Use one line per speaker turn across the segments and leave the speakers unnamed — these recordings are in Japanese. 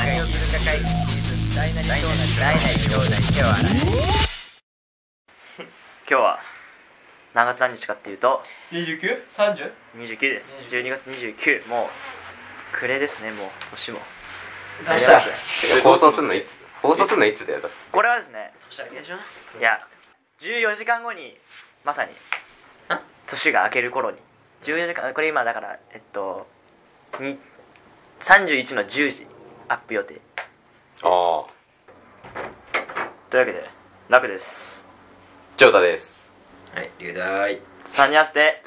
会シーズン大なり小なり大なり小なり手を洗え
今日は何月何日かっていうと
29?30?
29です12月29もう暮れですねもう年も
明日
放送するのいつ放送するのいつだよだって
これはですね
年明けでしょ
いや14時間後にまさに年が明ける頃に14時間これ今だからえっとに31の10時アップ予定
ああ
というわけで楽です
ジョータです
はい龍大
サニアスで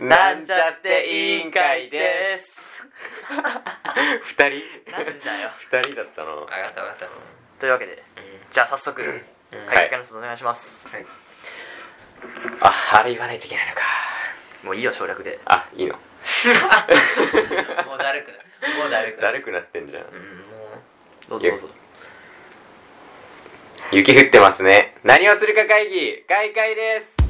なんちゃって委員会です
二人
なんだよ
二人だったな
分かった分かった
というわけで
う
じゃあ早速会見の人お願いします、
んはい
ああれ言わないといけないのか
もういいよ省 略で
あいいの
もうだるくないもうだるく
だ
ない
るくなってんじゃん
うんもう
どうぞどうぞ
雪降ってますね何をするか会議開会です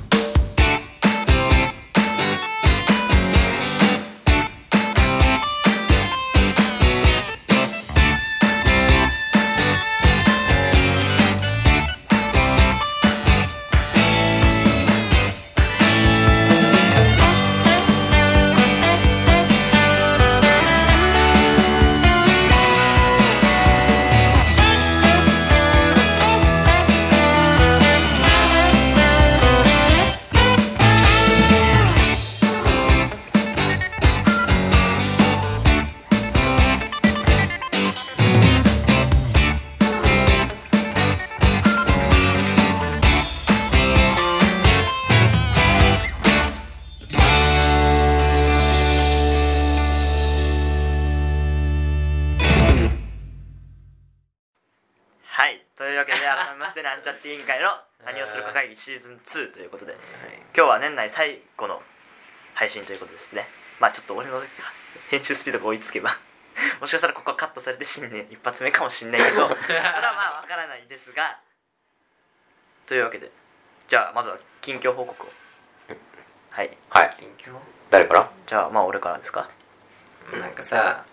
はいというわけで改めましてなんちゃって委員会の何をするか会議シーズン2ということで今日は年内最後の配信ということですねまあちょっと俺の編集スピードが追いつけば もしかしたらここはカットされて新年一発目かもしんないけどそれはまあわからないですがというわけでじゃあまずは近況報告をはい
はい
近況
誰から
じゃあまあ俺からですか
なんかさ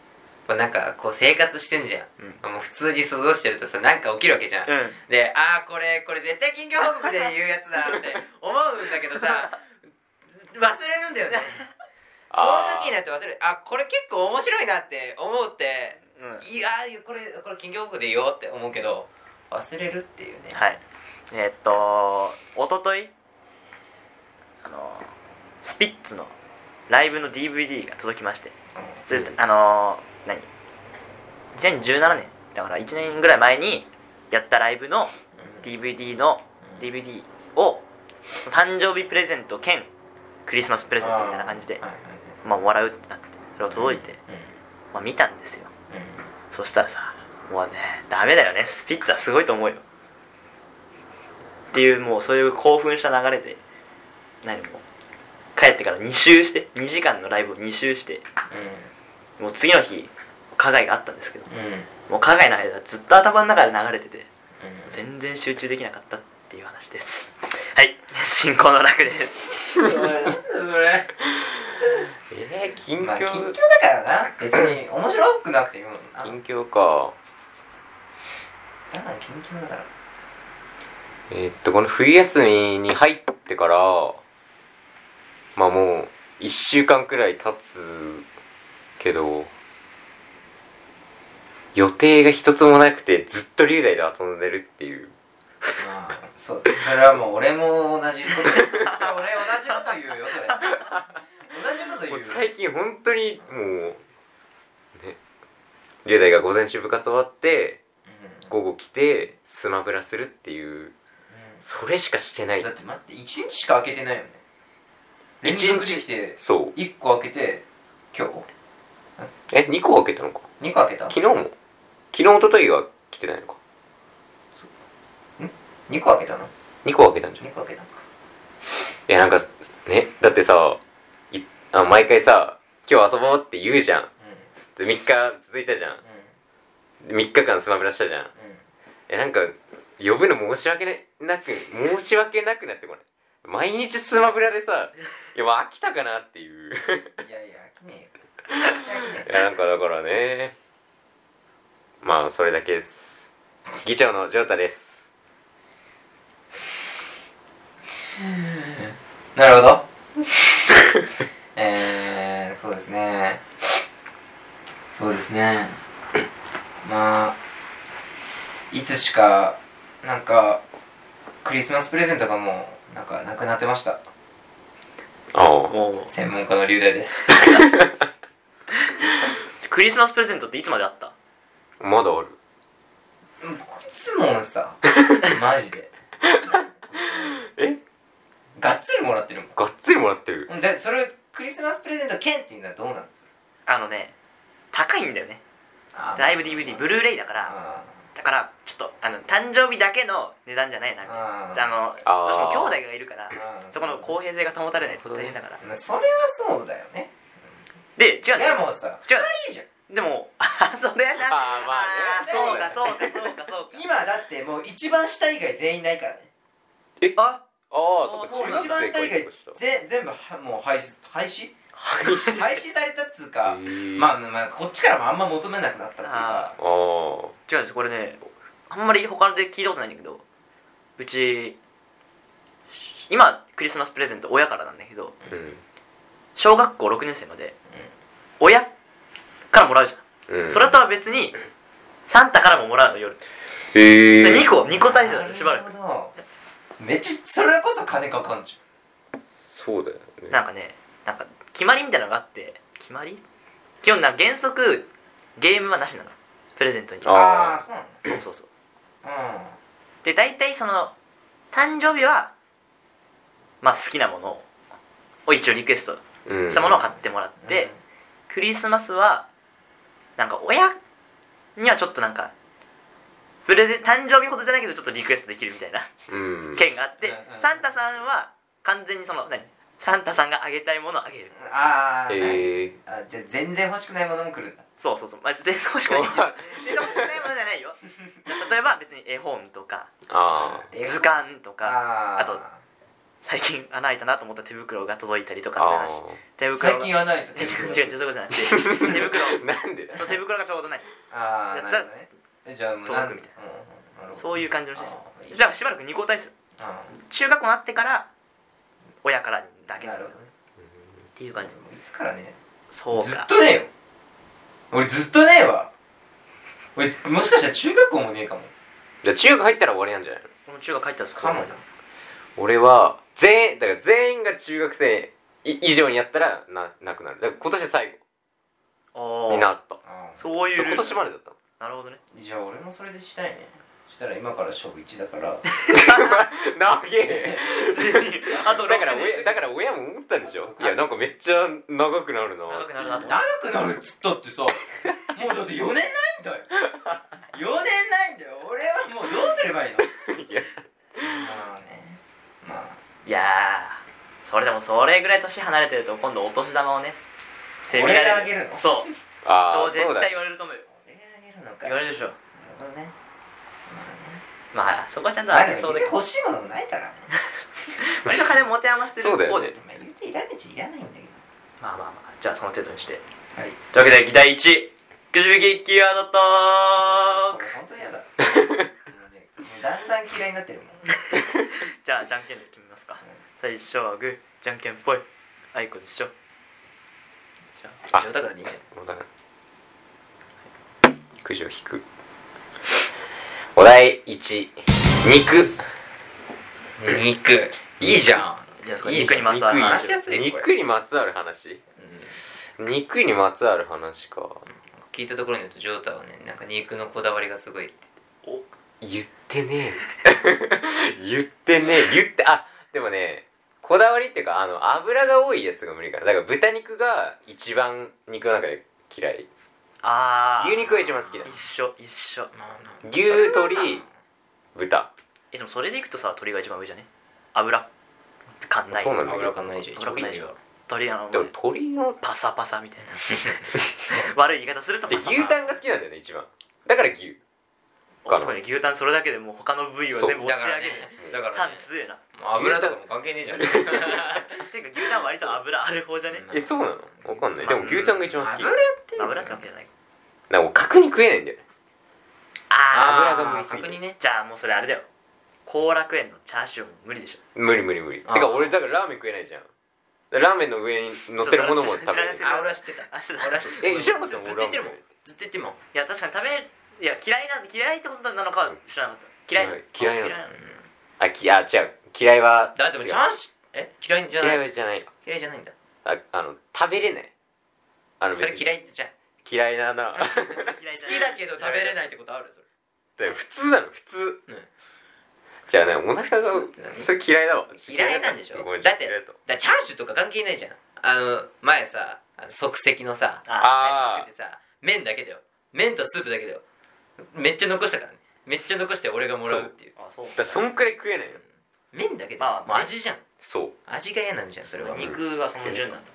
こうなんかこう生活してんじゃん、もう普通に過ごしてるとさなんか起きるわけじゃん、
うん
でああこれこれ絶対近況報告で言うやつだ って思うんだけどさ忘れるん だよねその
あー
時になって忘れるあこれ結構面白いなって思うって
うん
いやーこれこれ近況報告で言おうって思うけど忘れるっていうね
はいえーっとおとといあのスピッツのライブの DVD が届きましてそれであの何2017年だから1年ぐらい前にやったライブの DVD の
うん
DVD を誕生日プレゼント兼クリスマスプレゼントみたいな感じで
はいはい
まあもらうってなってそれを届いて、
うん
まあ、見たんですよ
うん
そしたらさもうねダメだよねスピッツはすごいと思うよっていうもうそういう興奮した流れで何もう帰ってから2周して2時間のライブを2周してもう次の日加害があったんですけど
うんうんうん
もう加害の間ずっと頭の中で流れてて全然集中できなかったっていう話ですはい進行の楽 です
それなんだそれ
えー、近
まあ近
況
況だからな別に面白くなくていいもんな
近況か
だから近況だから
えーっとこの冬休みに入ってからまあもう1週間くらい経つけど予定が一つもなくてずっと龍大で遊んでるっていう
まあそうそれはもう俺も同じことそれ俺同じこと言うよそれ同じこと
も
言
う
うよ
最近本当にもうね龍大が午前中部活終わって
うん
午後来てスマブラするっていうそれしかしてな
う
い
んだって待って一日しか開けてないよね連
一
続できて
そう
一個開けて今日
え2個開けたのか
二個開けた
昨日も昨日一昨日は来てないのか
二個開けたの
2個開けたんじゃん
二個開けたのか
いやなんかねだってさいあ毎回さ今日遊ぼうって言うじゃんで3日続いたじゃん
う
3日間スマブラしたじゃん
んうんうん
えなんか呼ぶの申し訳ななく申し訳なくなってこない毎日スマブラで さいやもう飽きたかなってい う
いやいや飽きねえよ飽きね
いやなんかだからねまあそれだけです議長のジョータです
なるほど。 えー、そうですね。そうですね。まあ、いつしか、なんか、クリスマスプレゼントがもう、なんか、なくなってました。
ああ
もう
専門家の龍大です。
クリスマスプレゼントっていつまであった
まだあ る
もうこいつもさ、 マジで。
え
がっつりもらってる
がっつりもらってる
もん。で、それ、クリスマスプレゼント券っていうのはどうなんですか
あのね高いんだよね
あー
ライブ DVD ブルーレイだから
あ
だからちょっとあの誕生日だけの値段じゃないなみたい
あー
なあの
あー
私も兄弟がいるから
あー
そこの公平性が保たれないと大変だから
ーまあそれはそうだよね。
で違うんだ
で
よ
もさ、
違う
いいじゃん。
でもあそれな
あーまあ
ね
ーそうかそうかそうかそうか
今だってもう一番下以外全員ないからね
え
あ
ああ
も
そうっか
もう
中学
一番
生
下
か
以外
一個下
ぜ全部はもう廃止廃 止
廃止
廃止されたっつうか
へー
まあまあまあこっちからもあんま求めなくなったっていう
あ
か
ああ
違うんですこれねあんまり他で聞いたことないんだけどうち今クリスマスプレゼント親からなんだけど
うん
小学校6年生まで親からもらうじゃ、
うんん
それとは別にサンタからももらうの夜
へえ
で2個2個体制だねしばら
な
く
るほどめっちゃそれこそ金かかんじ
そうだよね
なんかねなんか決まりみたいなのがあって決まり基本なんか原則ゲームはなしなのプレゼントに
ゃん
あ
そ
あー
ああーそう
うそうそう
なの
で大体その誕生日はまあ好きなものを一応リクエスト
うん
したものを買ってもらっ
うん
て、クリスマスはなんか親にはちょっとなんかプレゼン誕生日ほどじゃないけどちょっとリクエストできるみたいな
うん
件があって、
うんうん
サンタさんは完全にその何サンタさんがあげたいものをあげる
うんああ
へえ
あじゃあ全然欲しくないものも来るんだ
そうそうそうまあ全然欲しくない
お前
全然欲しくないものじゃないよ例えば別に絵本とか
ああ
図鑑とか
あ
あと最近穴開いたなと思った手袋が届いたりとかじゃないし
あー
手
と
袋が
最近はないと
違う 違うそういうことじゃなくて手袋
なんでだ
そう手袋がちょうどない
ああなるほどねえじゃあもうなん
届くみたい
うんうんなるほど
そういう感じのシステ
あーいい
ムじゃあしばらく二交代です
あ
中学校になってから親からだ
あ
け
な
な
る
る
ほ
っ
どね
ていう感じ
いつからね
そう
ずっ
か
とねえよ俺ずっとねえわ俺もしかしたら中学校もねえかも
じゃあ中学入ったら終わりなんじゃないの
この中学帰ったらそこ
かも
俺は全員だから全員が中学生い以上にやったらななくなるだから今年で最後
お
になった
ああ
そういうルール
今年までだったの
なるほどね
じゃあ俺もそれでしたいねしたら今から勝負1だから
長え
あと
だから
六
親だから親も思ったんでしょいやなんかめっちゃ長くなるな
長くなるなと
長くなるっつったってさもうだって4年ないんだよ4年ないんだよ俺はもうどうすればいい の
いや
まあねまあ
いやーそれでもそれぐらい年離れてると今度お年玉をねせびら
俺があ
れ
げるの
そう
あ
そう
あそ
絶
うだ
対言われると思うよ
俺があげるのか
言われるでしょ
なるほどねまあね
まあそこはちゃんと
まあ
あ
で
げ
も
そう
み
で
んな欲しいものもないからね
割と金持て余してる
そうだ
方
よ
で
ね
まあ言うていらねえっちゃいらないんだけど
まあまあまあじゃあその程度にして
はい
というわけで議題1くじ引きキーワードトー
こ
ク
れ本当に嫌だもうねもうだんだん嫌いになってるもん
じゃあじゃんけんで決めますか最初はグーじゃんけんぽいあいこでしょじゃあ
あ
じゃあだから2点
わからんくじを引くお題1肉肉いいじゃ
いいですか
ん
肉にまつわる話
話
肉いいじゃん
しやすいこれ
肉にまつわる話肉にまつわる話か
聞いたところによるとジョータはねなんか肉のこだわりがすごいって
お
言ってねえ 言ってねえ言ってあでもねこだわりっていうかあの油が多いやつが無理かなだから豚肉が一番肉の中で嫌い
あー
牛肉が一番好きだ
一緒一緒
牛鶏豚
えでもそれでいくとさ鳥が一番上じゃね油感ない
そうなんだけど
油
油感ない
じ
じ
ゃ
ゃ
ん
ん
ないでしょ鳥あの
でも鶏の
パサパサみ たいな悪い言い方すると
じゃ
パ
あ
サパサ
牛タンが好きなんだよね一番だから牛
お
かな
そうね牛タンそれだけでもう他の部位を全部押し上げる
だか
タン強えな
油とかも
関係ねえ じゃん
ていうか牛タン割と油ある方じゃね
えそうなのわかんないでも牛タンが一番好き
油って
油ってわけじゃない
なんかもう角に食えないんだよね油が無理すぎ
角煮
て
ね
じゃあもうそれあれだよ後楽園のチャーシューも無理でしょ
無理無理無理て
あー
か俺だからラーメン食えないじゃんラーメンの上に乗ってるも のも食べれ
知
な
ら
い
あ
ない
俺は知ってた
あそうだ
俺は知ってた
え知らなかったの
ずっと
俺
言
ラ
ってる
ーメン
もんずっと言ってるもん
いや確かに食べいや嫌いな嫌いってことなのかは知らなかった嫌い
嫌い
あ
嫌いなのあきあ違う嫌いは
だってもう
違う
チャーシューえ嫌いじゃな
嫌い
い
はじゃない
嫌いじゃないんだ
ああの食べれないあの
それ
別に
嫌いってじゃん
嫌いなな だ
嫌い
好きだけど食べれ
い
ないってことあるそれ
よ普通なの普通
ね
じゃあねお腹が
普通って何
それ嫌いだわ
嫌いなんでしょ
ごめん
だって
嫌いだと
だからチャーシューとか関係ないじゃんあの前さあの即席のさ
あ
あ
作ってさ麺だけだよ麺とスープだけだよめっちゃ残したからねめっちゃ残して俺がもらうっていう
あそう
だからそんくらい食えないの
麺だけで、
まあ
もう味じゃん
そう
味が嫌なんじゃんそれは
肉がその順なんだ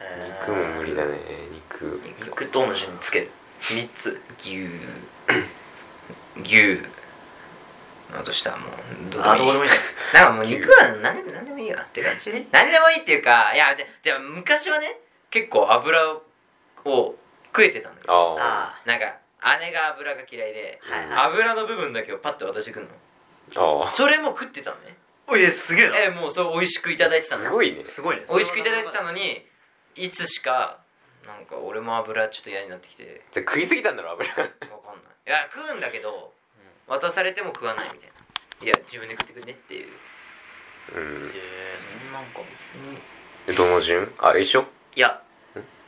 へー
肉も無理だね肉
肉との順につける3つ
牛牛あとしたらもうどう
あどうで
でも
も
い
い
い
いね
なんかもう肉は何でも何でもいいわって感じ何でもいいっていうかいやででも昔はね結構油を食えてたんだよ
あ
あ
なんか姉が油が嫌いで
ー
はいは
油の部分だけをパッと渡してくんの
あー
それも食ってたのね
おいえすげえ
えもうそう美味しくいただいてたの
すごいね
すごいね
美味しくいただいてたのにいつしかなんか俺も油ちょっと嫌になってきて
じゃあ食いすぎたんだろ油
わかんないいや食うんだけど渡されても食わないみたいないや自分で食ってくんねっていう
うん
へえそんなんか
でどの順あ一緒
いや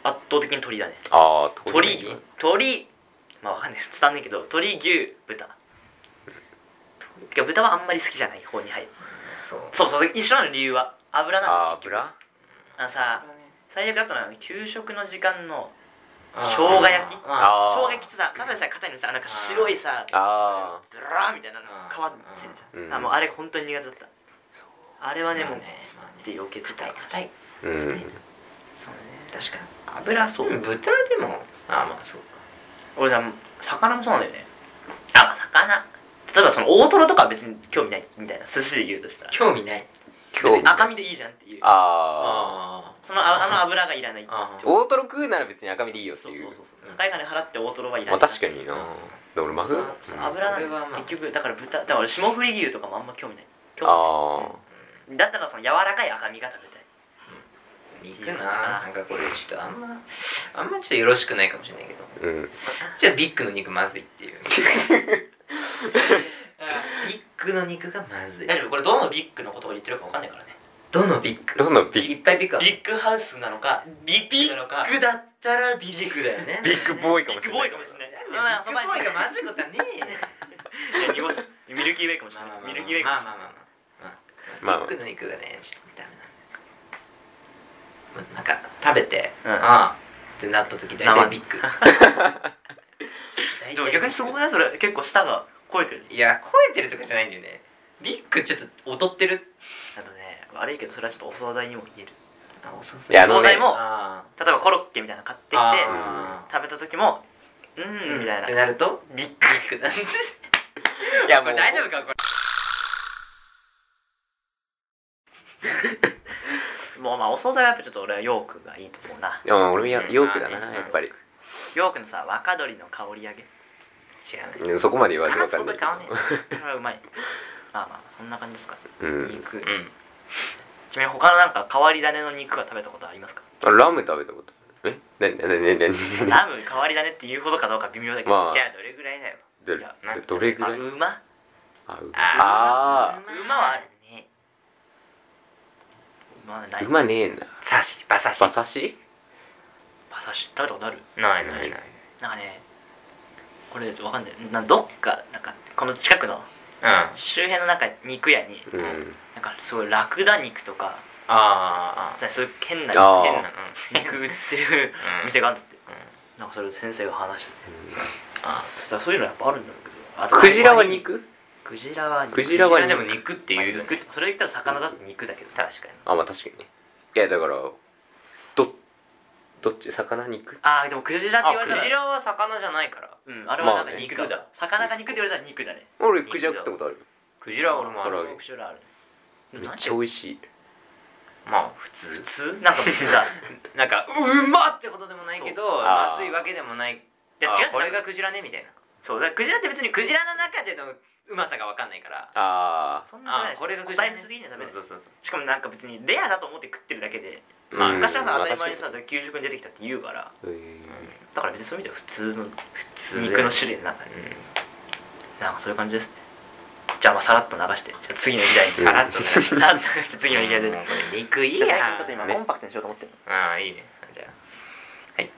圧倒的に鳥だね
ああ
鳥鳥まあわかんないです伝わんないけど鳥牛豚いや豚はあんまり好きじゃない方に入る
そう
そうそう一緒なの理由は油なの
あー油
あのさ最悪だったのは給食の時間の
あー
生姜焼き
あ
あー
衝撃つだただでさえ硬いのにさなんか白いさ
あ
ずらーみたいなのが皮について
うん
たあもうあれ本当に苦手だったあれは
ー
ねもう
まあねまあ
って
ね
余計
硬い硬い
ーうん
そうね確かに油そう豚でもああまあそうか
俺さ魚もそうなんだよねあまあ魚例えばその大トロとかは別に興味ないみたいな寿司で言うとしたら
興味ない
興味ない
赤身でいいじゃんっていう
ああ
そのああの油がいらないっていう
あー
大トロ食うなら別に赤身でいいよって
そう
い
そううそうそう高い金払って大トロはいらな
ま
い
あ確かにな
うん
で俺マグ
そ
ロ
うその油なんだよ
それはまあ
結局だから豚だから俺霜降り牛とかもあんま興味ない興味ないだっ
あ
たらその柔らかい赤身が食べたい
行くななんかこれちょっとあんまあんまちょっとよろしくないかもしれないけど
あうん
じゃあビッグの肉まずいっていうビッグの肉がまずい
大丈夫これどのビッグのことを言ってるか分かんないからね
どのビッグ
どのビ
い
ッ
っぱいビッグある
ビッグハウスなのかビッグなのか
ビッグだったらビッグだよね
ビッグボーイかもしれない
ビッグボーイかもしれない
なんだよビッグボーイがまずいことはねえ
い
よ
や濁すミルキーウェイかもしれ
まあまあま
ないミ
あ
ルキーウェイかもしれない
まあまあまあまあまあビッ
まあまあ
グの肉がねちょっとダメなんだよまなんか食べて、
うん
ああってなった時大体ビッグ
でも逆にすごくないそれ結構舌が肥えてる
いや超えてるとかじゃないんだよねビッグちょっと劣ってる
あとね悪いけどそれはちょっとお惣菜にも言える
あそう
いやあのね
お惣菜も
あ
例えばコロッケみたいなの買ってきて
あ
食べた時もう
ー
ーんみ たいな
ってなると
ビッグ
ビッグなんです
いや
こ
も
れ
う
大丈夫かこれ
もうまあお惣菜はやっぱちょっと俺はヨークがいいと思うない
やまあ俺もやヨークだ
うん
なやっぱり
ヨークのさ若鶏の香り揚げ
知らない
うんそこまで言われてわかんない
あそうだ買わねこれはうまいまあまあそんな感じですか
うん
肉
うん
ちなみに他のなんか変わり種の肉は食べたことありますか
あラム食べたことあるえななななな
ラム変わり種って言うほどかどうか微妙だけど、
まあ
じゃあどれぐらいだよ
ど
いや
なん
どれぐ
あ
らい
馬
あう
あ
あ
馬はあるね馬はな
ー
いう
まねえんだ
サシバサシ
馬刺し
馬刺し食べたことある
ないないない
なんかねこれわかんないなどっかなんかこの近くの
うんあ
周辺のなんか肉屋に、
うん
なんかすごいラクダ肉とか
あ
さそういう変な
あー
変な肉売ってる
うん
店があるんだって、なんかそれ先生が話してて
あ
さそういうのやっぱあるんだろうけどあと
クジラは肉
クジラは肉
クジラは肉
でも肉って
まあ
いうよね
肉それ言ったら魚だと肉だけど確かに
あまあ確かにねいやだからどどっち魚肉
ああでもクジラって言われたら
あクジラは魚じゃないから
うんあれはなんか
まあね
肉だ,、
肉だ
魚が肉って言われたら肉だね
俺クジラ食ったことある
クジラは俺もあ
唐
る
揚げ
クジラある
めっちゃ美味しい
まあ普
普
通
通なんか別に さ
なんかうまってことでもないけど
あー
まずいわけでもない
いや
あ
違う
これがクジラねみたいなそうだからクジラって別にクジラの中でのうまさが分かんないから
あ
そんなことないで
あー
す
これがクジラ
答えにすぎにはダメです
そうそう
しかもなんか別にレアだと思って食ってるだけで、
あ
まあ、昔はさ当たり前にさ給食に出てきたって言うからだから別にそういう意味では普通の
そう
肉の種類の中でなんかそういう感じですねじゃあまあさらっと流してじゃあ次の議題に
さらっと
流 してさらっと流して次の議題で
うんこれ肉いい
じ
や
ゃ
ん
あ最近ちょっと今
ね
コンパクトにしようと思ってる
ああいいねじゃあはい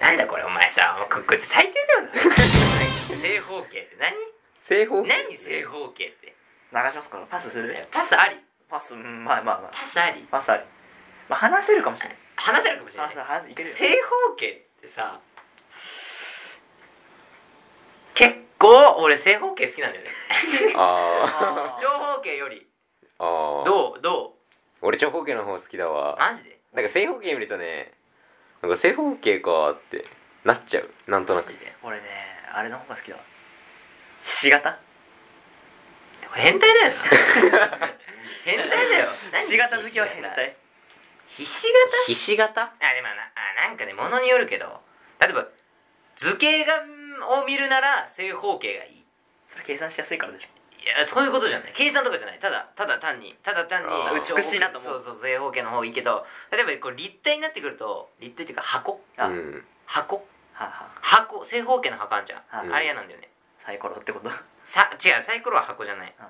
なんだこれお前さもうここいつ最低だよな正方形って何
正方形
何正方形っ
流し
て
ますからパスする
パスあり
パスうんまあまあまあ
パスあり
パスありまあ話せるかもしれない
話せるかもしれな
パ
い
スは話いけるよ
正方形ってさ結構俺正方形好きなんだよね
あ
あ
ー
長方形より
ーあう
どうど
俺長方形の方好きだ
う
わ
マジで
なんか正方形見るとねなんか正方形かーってなっちゃうなんとなく
俺ねあれの方が好きだわひし形
これ変態だよな 変態だよ
ひし形好きは変態
ひし
ひし形
形あでもなあなんかねものによるけど例えば図形がを見るなら正方形がいい
それ計算しやすいからでしょ
いやそういうことじゃない計算とかじゃないただただ単にただ単に
あ
長
ー
方形
美しいなと思う
そうそう正方形の方がいいけど例えばこう立体になってくると立体っていうか箱
あ
うん
箱
はあ、はあ、
箱正方形の箱あんじゃん、
はい
あれ嫌なんだよね
サイコロってこと あ
さ違うサイコロは箱じゃない
あ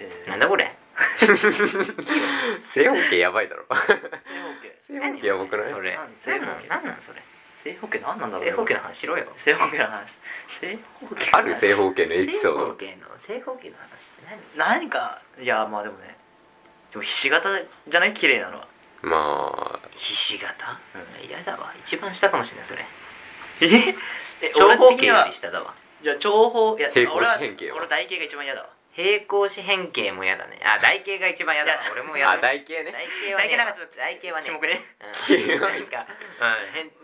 えー
なんだこれ
正方形やばいだろ
正方形
正方形やばくない
それ
何
何
正
な
方
ん
形
なんなんそれ
正方形何なんだろう
正方形の話しろよ
正方形の話正方形の話
ある正方形のエピソー
正方
ド
形の正方形の話って何
何かいやまあでもねでもひし形じゃない綺麗なのは
まあ
ひし形うん嫌だわ一番下かもしれないそれ
え
長方形
俺
よ
は
り下だわ
じゃあ長方いや
平行
俺は
四辺形は
俺台形が一番嫌だわ
平行四辺形も嫌だねあ台形が一番嫌だわ
いや
俺も嫌だ
あ
わ
台形ね
台形はね
台形なんかちょっと
台形はね
キモくね
うんなんか、うん、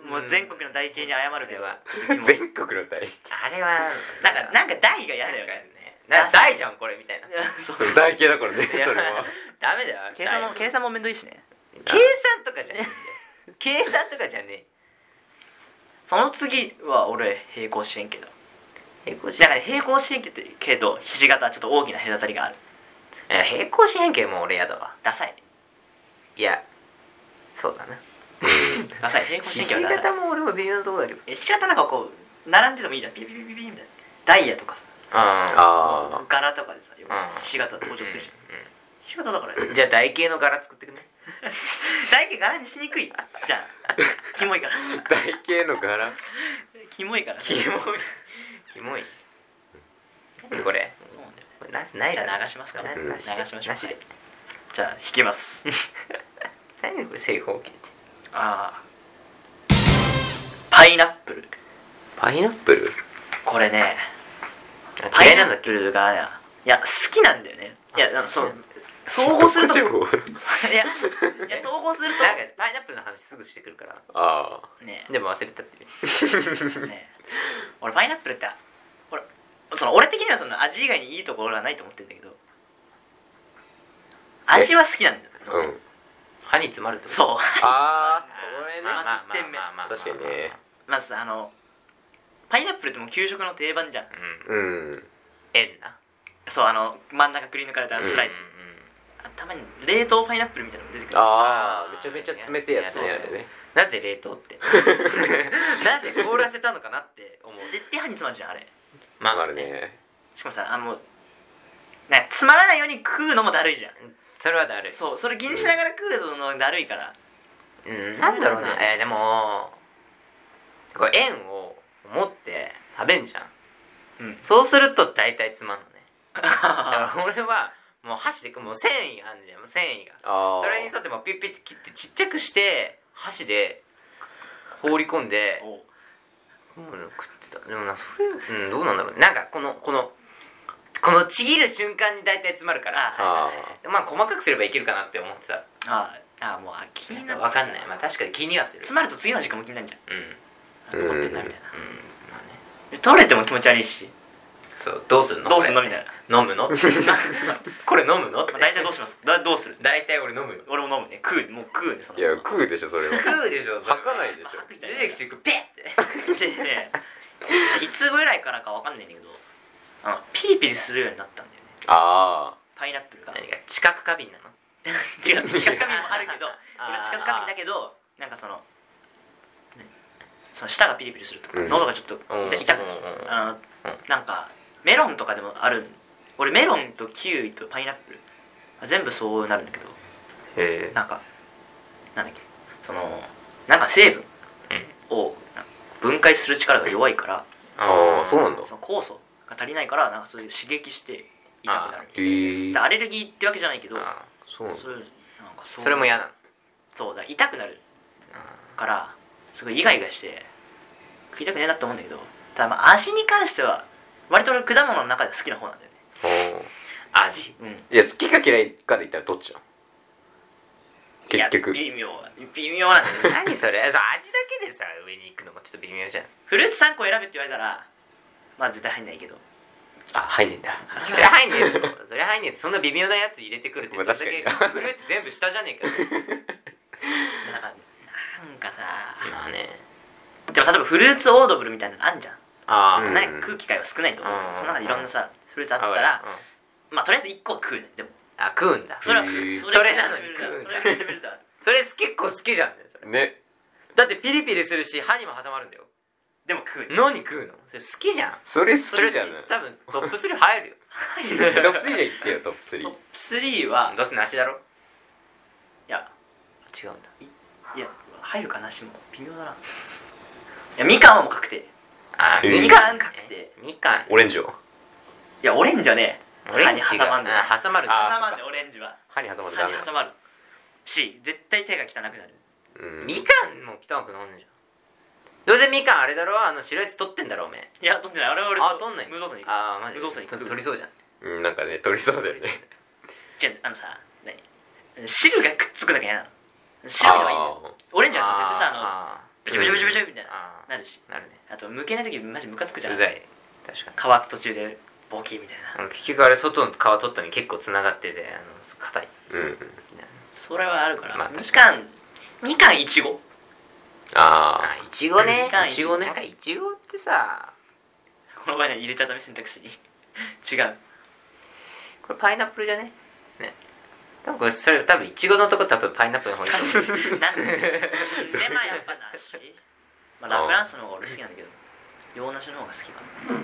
変
もう全国の台形に謝るけど
うん
全国の台
あれは
なんかなんか台が嫌
嫌
だ
だ
よ
よ
ね
ねな大じゃんこれみたいな
そう
台形だからね そ
い
れ
や
は
ダメだよ
計算も計
計
算もめんどいしね
計算とかじゃねえんだよ計算とかじゃね
その次は俺平行四辺形だ
え平行
だから平行四辺形ってけどひし形はちょっと大きな隔たりがある
いや平行四辺形も俺嫌だわ
ダサい
いやそうだな
ダサい平行四
ひし
辺形はダサ
形
い
も俺も微妙なとこだけど
えひし形なんかこう並んでてもいいじゃんピピピピピみたいなダイヤとかさ
あ
あ
柄とかでさよ
うん
くひし形登場するじゃんひし形だから
あじゃあ台形の柄作ってくね
大形柄にしにくいじゃんキモいから
あ台形の柄
キモいから
キモいキモい何これ
そうなんだよ
これなない
じ
だろ
ゃあ流しますか
な
うん
なしで
流しましょう
なしで
じゃあ引き ます
何これ正方形って
あーパイナップル
パイナップル
これね
あ
パ
嫌い
イ
な
ナ
んだ
ップルがいや好きなんだよねいや
あ
でもそ
好
う
きな
総
ん
合するとい
どこ情報
やいや総合する
なんかパイナップルの話すぐしてくるから
ああ
とね
でも忘れたって
ね俺パイナップルって俺その俺的にはその味以外にいいところはないと思ってるんだけど味は好きなんだよ
うん
歯に詰まるってこと
そう
ああそれ
れ
ね
まあまあま
一点目
あまあまあまあ
確かにね
まずあのパイナップルってもう給食の定番じゃん
うん
うん
円な
そうあの真ん中くり抜かれたスライス、あたまに冷凍パイナップルみたいなのも出てくる
ああめちゃめちゃ冷てえやつね
いや
あ
いや
れね
なぜ冷凍ってなぜ凍らせたのかなって思う
絶対歯に詰まるじゃんあれ
まああるね
しかもさあのなんかつまらないように食うのもだるいじゃん
それはだるい
そうそれ気にしながら食うのだるいから
うんなんだろうな
そう
えーでもこれ円を持って食べんじゃん
うん
そうすると大体つまんのねだ
あ
から俺はもう箸でもう繊維あんじゃんもう繊維が
ああ
それに沿ってもうピッピッて切ってちっちゃくして箸で放り込んで
おう
もう食ってたでもなそれうんどうなんだろうねなんかこのこのこのちぎる瞬間に大体詰まるから
あ
まあ細かくすればいけるかなって思ってた
ああもうあ気になって
わかんないまあ確かに気にはする
詰まると次の時間も気になるじ
うんうん
ゃん
う
残
ん
ってんなみたい
まあ
な
ね
取れても気持ち悪いし
そうどうすんの
どうすんの
こ
みたいな、
れ飲むの これ飲むのって
まあ、大体どうしますだどうする
大体俺飲むよ
俺も飲むね食うもう食うねその
いや食うでしょそれは
食うでしょそれ
吐かないでしょ
出てきてペッて
でねいつからかわかんないんだけどあのピリピリするようになったんだよね
あ
パイナップルが
何が知覚過敏なの
違う知覚過敏もあるけど
あー
俺は知覚過敏だけどなんかそのねその舌がピリピリするとか、
うん
喉がちょっと痛
うん
く
うん
あの、
うん
なんかメロンとかでもある俺メロンとキウイとパイナップル全部そうなるんだけど
あへえ
なんかなんだっけそのなんか成分をなんか分解する力が弱いから
ああそうなんだ
その酵素が足りないからなんかそういう刺激して痛くなる
へえ
でアレルギーってわけじゃないけど
あそうなんだ
そういうなんかそう
それも嫌なの
そうだ痛くなるからすごいイガイガして食いたくねえなって思うんだけどただまあ味に関しては割と俺果物の中で好きな方なんだよね
あー
味
うん
いや好きか嫌いかで言ったらどっちなの結局
いや微妙微妙なんだよね
何それさ味だけでさ上に行くのもちょっと微妙じゃん
フルーツ3個選べって言われたらまあ絶対入んないけど
あ入んねえんだ
それ入んねえ ぞそれ入んねえぞそんな微妙なやつ入れてくるって
まあ
どんだけ
確かに
フルーツ全部下じゃねえかよ
なんかなんかさ
まあね
でも例えばフルーツオードブルみたいなのあんじゃん、
あ
うん
ー
何か食う機会は少ないと思う、
うん
その中でいろんなさフルーツあ
あ
ったら、まあとりあえず1個は食うねでも
あ食うんだ
それは
へー
それなのに
それ
食うんだ
レベルだ
それ結構好きじゃんねそれ
ね
だってピリピリするし歯にも挟まるんだよ
でも食うね
脳に食うのそれ好きじゃん
それ好
それ
きじゃない
多分トップ3入るよ
トップ3じゃ言ってよトップ3
トップ3は
どうせ梨だろ
いや
違うんだ
いや入るかなしも微妙だないやみかんはもう確定い
あ
えー
みかんかくてみかん
オレンジを
やオレンジはね
オ
歯
レ
に
ンジ
挟
が
まんね
あ挟まるんだ
挟まんねオレンジは
歯に挟ま
歯
るダメ
に
だ
挟まるし絶対手が汚くなる
うん
みかんも汚くなんねえじゃんどうせみかんあれだろあの白いやつ取ってんだろおめえ
いや取ってないあれは俺
あ取んない
無造作に
ああマジ
無造作に食う
取りそうじゃん
うんなんかね取りそうだよね
じゃああのさ何汁がくっつくだけ嫌なの白いのはいいんだよ
あー
オレンジはさ絶対さあの
あ
ブチュブチュブチュブチュみたい
ー
な
あ
なるし
ーなるね
あと剥けない時マジムカつくじゃん
うざい確かに
乾く途中でボキみたいな
あの結局あれ外の皮取ったのに結構つながっててあの硬い
うん
それはあるから、
まあ確
みかんみかんいちご
あ
いちご
ね
いちごね
いちごね
なんかいちごってさ
この場合ね入れちゃダメ選択肢に 違う
これパイナップルじゃねね多分これそれ多分いちごのとこ多分パイナップルの方に行く
なんででまあやっぱ梨、まあ、ラ・フランスの方が俺好きなんだけど洋梨の方が好きかな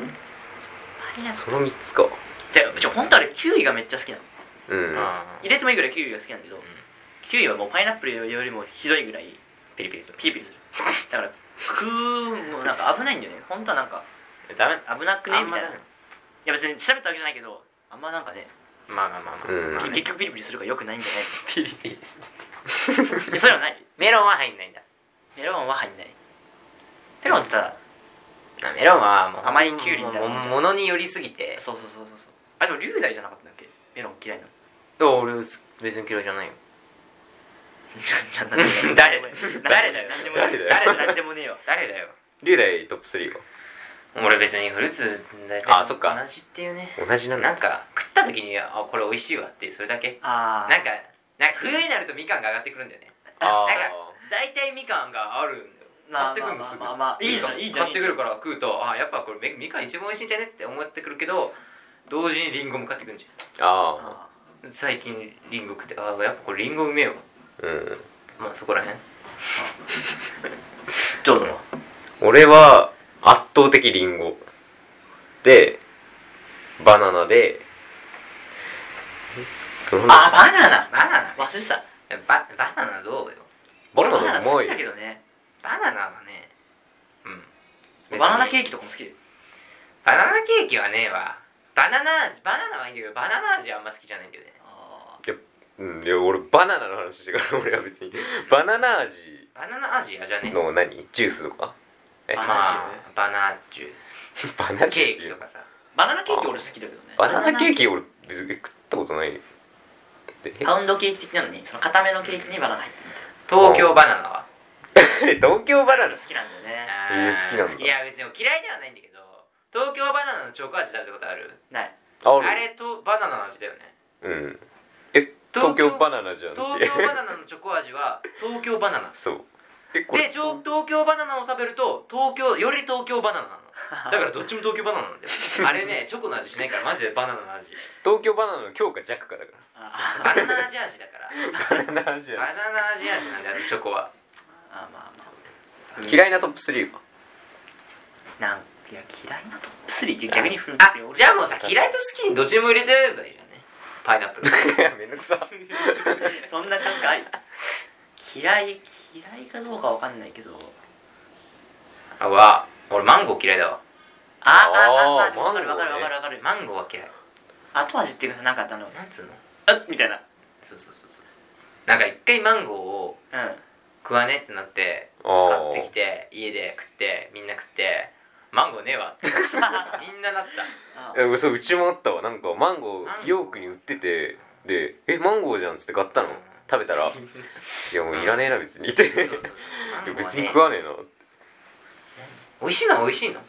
パイナ
あ
ップ
その3つか
ルでちょ本当あれキウイがめっちゃ好きなの
うん
あー
入れてもいいぐらいキウイが好きなんだけど、キウイはもうパイナップルよりもひどいぐらい
ピリピリする
ピリピリするだから食うもうなんか危ないんだよね本当はなんか
ダメ
危なくね
あん
み
ま
たい
ダ
な
メ
いや別に調べたわけじゃないけどあんまなんかね
まあまあまあまあ、
うん
まあね
結局ピリピリするからよくないんじゃない
ピリピリする
いやそれはない
メロンは入んないんだ
メロンは入んないメロンってさ
あメロンはもう
甘いキュウリみたいな
ももものによりすぎて
そうそうそうそうそうあでも龍大じゃなかったんだっけメロン嫌いなの
いや俺別に嫌いじゃないよ
じゃあ何でもいい
誰
誰だよ何でもいい
誰だよ
誰だよ何でもねえよ
誰だよ
龍大トップ3は
俺別にフルーツ大体
あそっか
同じっていうね
同じなんだ
なんか食った時にあこれ美味しいわっていうそれだけ
あ
なんかなんか冬になるとみかんが上がってくるんだよね
あ
なんか大体みかんがあるんだよ買ってくるのすぐ
まあまあまあまあいいじゃんいいじゃん
買ってくるから食うとあやっぱこれみみかん一番美味しいんじゃねって思ってくるけど同時にリンゴも買ってくるんじ
ーあ
あ
ゃん最近リンゴ食ってあやっぱこれリンゴうめえわ
ーうん
まあそこらへん
ちょうどの
俺は圧倒的リンゴでバナナでえどんな
あバナナ
バナナ
忘れてた
ババナナどうよ
バナナう
好
ま
き
い
だけどね
バナナはねうん別に
バナナケーキとかも好きで
バナナケーキはねえわバナナバナナはいいんだけどバナナ味はあんま好きじゃないんだよね
あ
うんいや俺バナナの話してから 俺は別にバナナ味
バナナ味はじゃねえ
の何ジュースとかえ
ま
バナナ
あバナナジュ
バナ
ー
ナ
ス
ジ
ケー
ュ
キと
ー
かさ
ーバナナケーキ俺好きだけどね
バナナケーキ俺別に食ったことないで
パウンドケーキ的なのにその固めのケーキにバナナ入ってる
東京バナナは
え 東京バナナ
好きなんだよね
えー好きなんだ
いや別に嫌いではないんだけど東京バナナのチョコ味食べたことある
ない
あ
あれとバナナの味だよね
うんえ東京バナナじゃん
東京バナ
ナ
ナのチョコ味は東京バナナ
そうえこれ
でちょ東京バナナを食べると東京より東京バナナなのだからどっちも東京バナナなん だよあれねチョコの味しないからマジでバナナの味
東京バナナの強か弱かだか
あ
バナナ味味だから
らバナナ味
バ
味
ナナ味味なんだよあのチョコは
あまあま
嫌いなトップ3は
あなんいや嫌いなトップ3って逆に不
あ
俺
じゃあもうさ嫌いと好きにどっちにも入れてやればいいじゃんねパイナップル
いや めんどくさ
そんなちょっとあい嫌い嫌いかどうかわかんないけど
あうわ俺マンゴー嫌いだわ
ああああ
あー
あわかるわかる
マンゴー
わか
ね
るわかる
マンゴーは嫌い
後味っていうかなんかあの
なんつうの
あっみたいな
そうそうそうそうなんか一回マンゴーを
うん
食わねってなって買
あ
ってきて家で食ってみんな食ってマンゴーねえわってみんななった
あ
あそううちもあったわなんかマン
マン
ゴ
ゴ
ー
ー
ヨークに売っててで「えマンゴーじゃん」っつって買ったの食べた ら「いやもういらねえな別に」って
そうそうそうマンゴーはね
別に食わねえな
美味しいのは美味しいの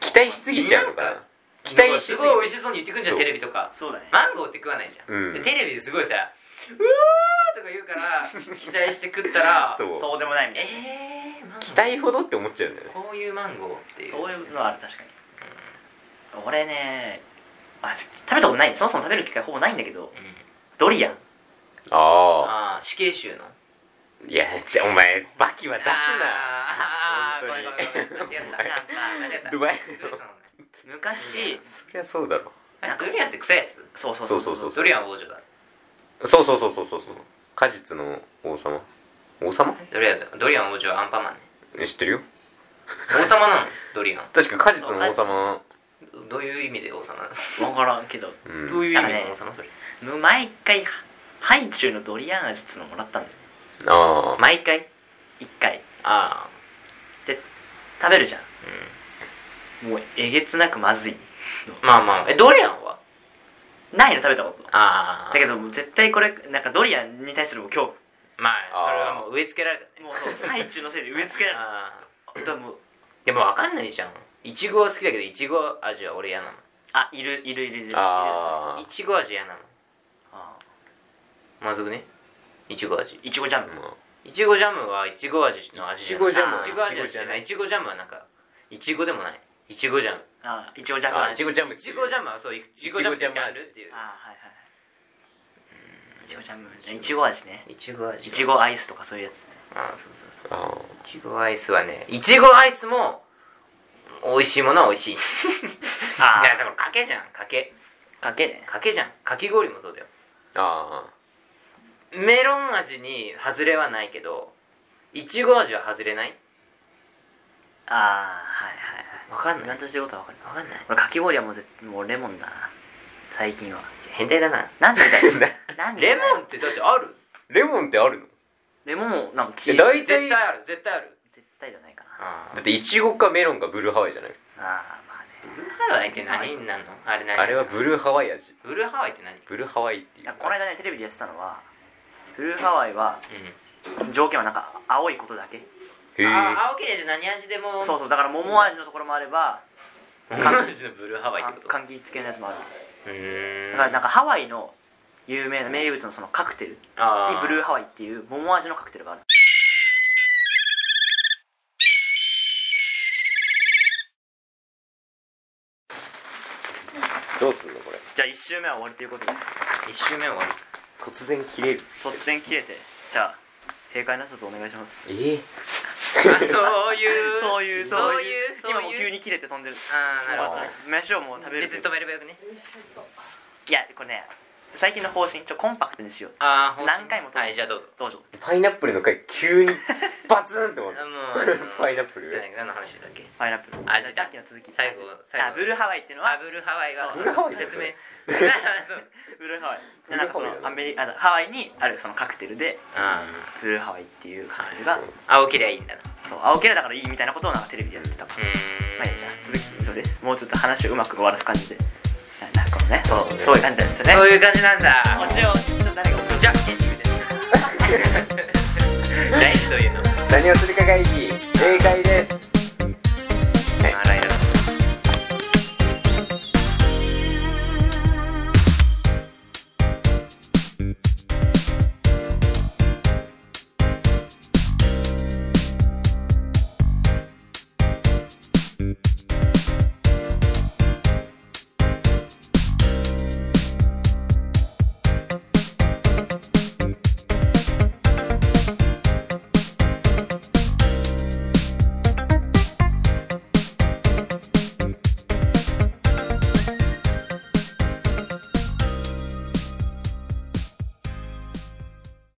期待しすぎちゃうのか
なん
な期待しす
す
ぎ
ごい美味しそうに言ってくんじゃん
そう
テレビとか
そうだね
マンゴーって食わないじゃん、
うん
でテレビですごいさ「うわー!」とか言 うから期待して食ったら
そう
そうでもないみたいな
えー、マンゴー
期待ほどって思っちゃうんだよね
こういうマンゴーっていう
そういうのはある確かに俺ねあ食べたことないそもそも食べる機会ほぼないんだけど
うん
ドリアン
ああ
ああ死刑囚の
いやじゃお前バキは出すな
あーあー
本
ご
当
めん
に
ごめんごめん間違ったなんか間違った
ドバイ
ドリアンさんの
昔
そりゃそうだろ
あドリアンって臭いやつ
そうそう
そうそう
ドリアン王女だ
そうそうそうそうそうそう果実の王様王様
ドリアンドリアン王女はアンパンマンね
え知ってるよ
王様なのドリアン
確か果実の王様
どういう意味で王様なの
分からんけど
うん
どういう意味の王様それ
前一回ハイチュウのドリアン味っつうのもらったんだよ
ああ
毎回
一回
ああ
食べるじゃ
うん
もうえげつなくまずい
んまあまあえドリアンは
ないの食べたこと
あ
だけどもう絶対これなんかドリアンに対するもう恐
まあそれはもう植え付けられたね
怖もうそう ハイチュウのせいで植え付けられ
ああ
たでもう
でもわかんないじゃんいちごは好きだけどいちご味は俺嫌な
あいるいるいるいる
あ
のい
ー
ちご味嫌なの
あ
まずくねいちご味
いちごジャム
ま
いちごジャムはいちご味の味
いちごジ
ャムはい
ちご味
いちご
じ
じ
ゃ
ゃ
な
ない
いいちごジャムはなんかいちごでもないいちごジャム
あいちごジャム
ああい
味
ちごジャム
いちごジャムはそういちごジャムってジャンルっていう
あはいはいいちごジャムいちご味ね
いちご味
いちごアイスとかそういうやつね
あそうそうそう
ああ
いちごアイスはねいちごアイスも美味しいものは美味 しい
あー
じゃあそのかけじゃんかけ
かけね
かけじゃんかき氷もそうだよ
あ
メロン味に外れはないけどいちご味は外れない
ああはいはいはい
わかんな
何
い
としてることは分かる
わかんない
俺かき氷はもうぜもうレモンだな最近は
変態だな
なんでだよなんでだ
レ
よ
モンってだってある
あレモンってあるの
レモンもなんか消
え
え
大
絶対
体だ
ある絶対ある
絶対じゃないかな
あ
だってイチゴかメロンかブルーハワイじゃない
ああまあね
ブルーハワイって何になるのあれ何
あれはブルーハワイ味
ブルーハワイって何
ブルーハワイっていう
あこの間ねテレビでやってたのはブルーハワイは
う
条件はなんか青いことだけ
へ
ん
え
あ青切れじゃ何味でも
そうそうだから桃味のところもあれば
彼女のブルーハワイってこと
か柑橘系のやつもある
うー
だからなんかハワイの有名な名物のそのカクテルに
あ
ブルー
ハ
ハワイっていう桃味のカクテルがある
どうすんのこれ
じゃあ1周目は終わりということで
ワイ1周目終わり
突然切れる
突然切れてじゃあ閉会の挨拶お願いします
ええ
あ そういう
そういう
そ
そうう
い
いうう
そういう
今もう急に切れて飛んでる
あーなるほどね
飯をもう食べる
別に止めればよくね
いやこれね最近の方針ちょコンパクトにしよう
ああ
何回も撮る
はいじゃあどうぞ
どうぞ
パイナップルの回急にバツンって思
あ
った
もう
パイナップル
何何の話だっけ
パイナップル
味だ
さっきの続き
最後最後
あブルーハワイっていうの
あ
は
ブルーハワイは
そうブルーハ
ワイだよ
説明そう
ブルーハワイ
ブ
で
ルー
なんかそ
ハワイだ
の
ね
アメリカハワイにあるそのカクテルで
あ
ブルーハワイっていうカクテルが
はい
ー青切れはいいんだなう
そう青キャラだからいいみたいなことをなんかテレビでやってたま
ーん
あいいやじゃあ続きのでもうちょっと話をうまく終わらす感じではいなるほどね
そうだね
そういう感じなんですよね
そういう感じなんだ
こっちをちょっと誰が
じゃあエンディングです大事というの
何をするか会議正解です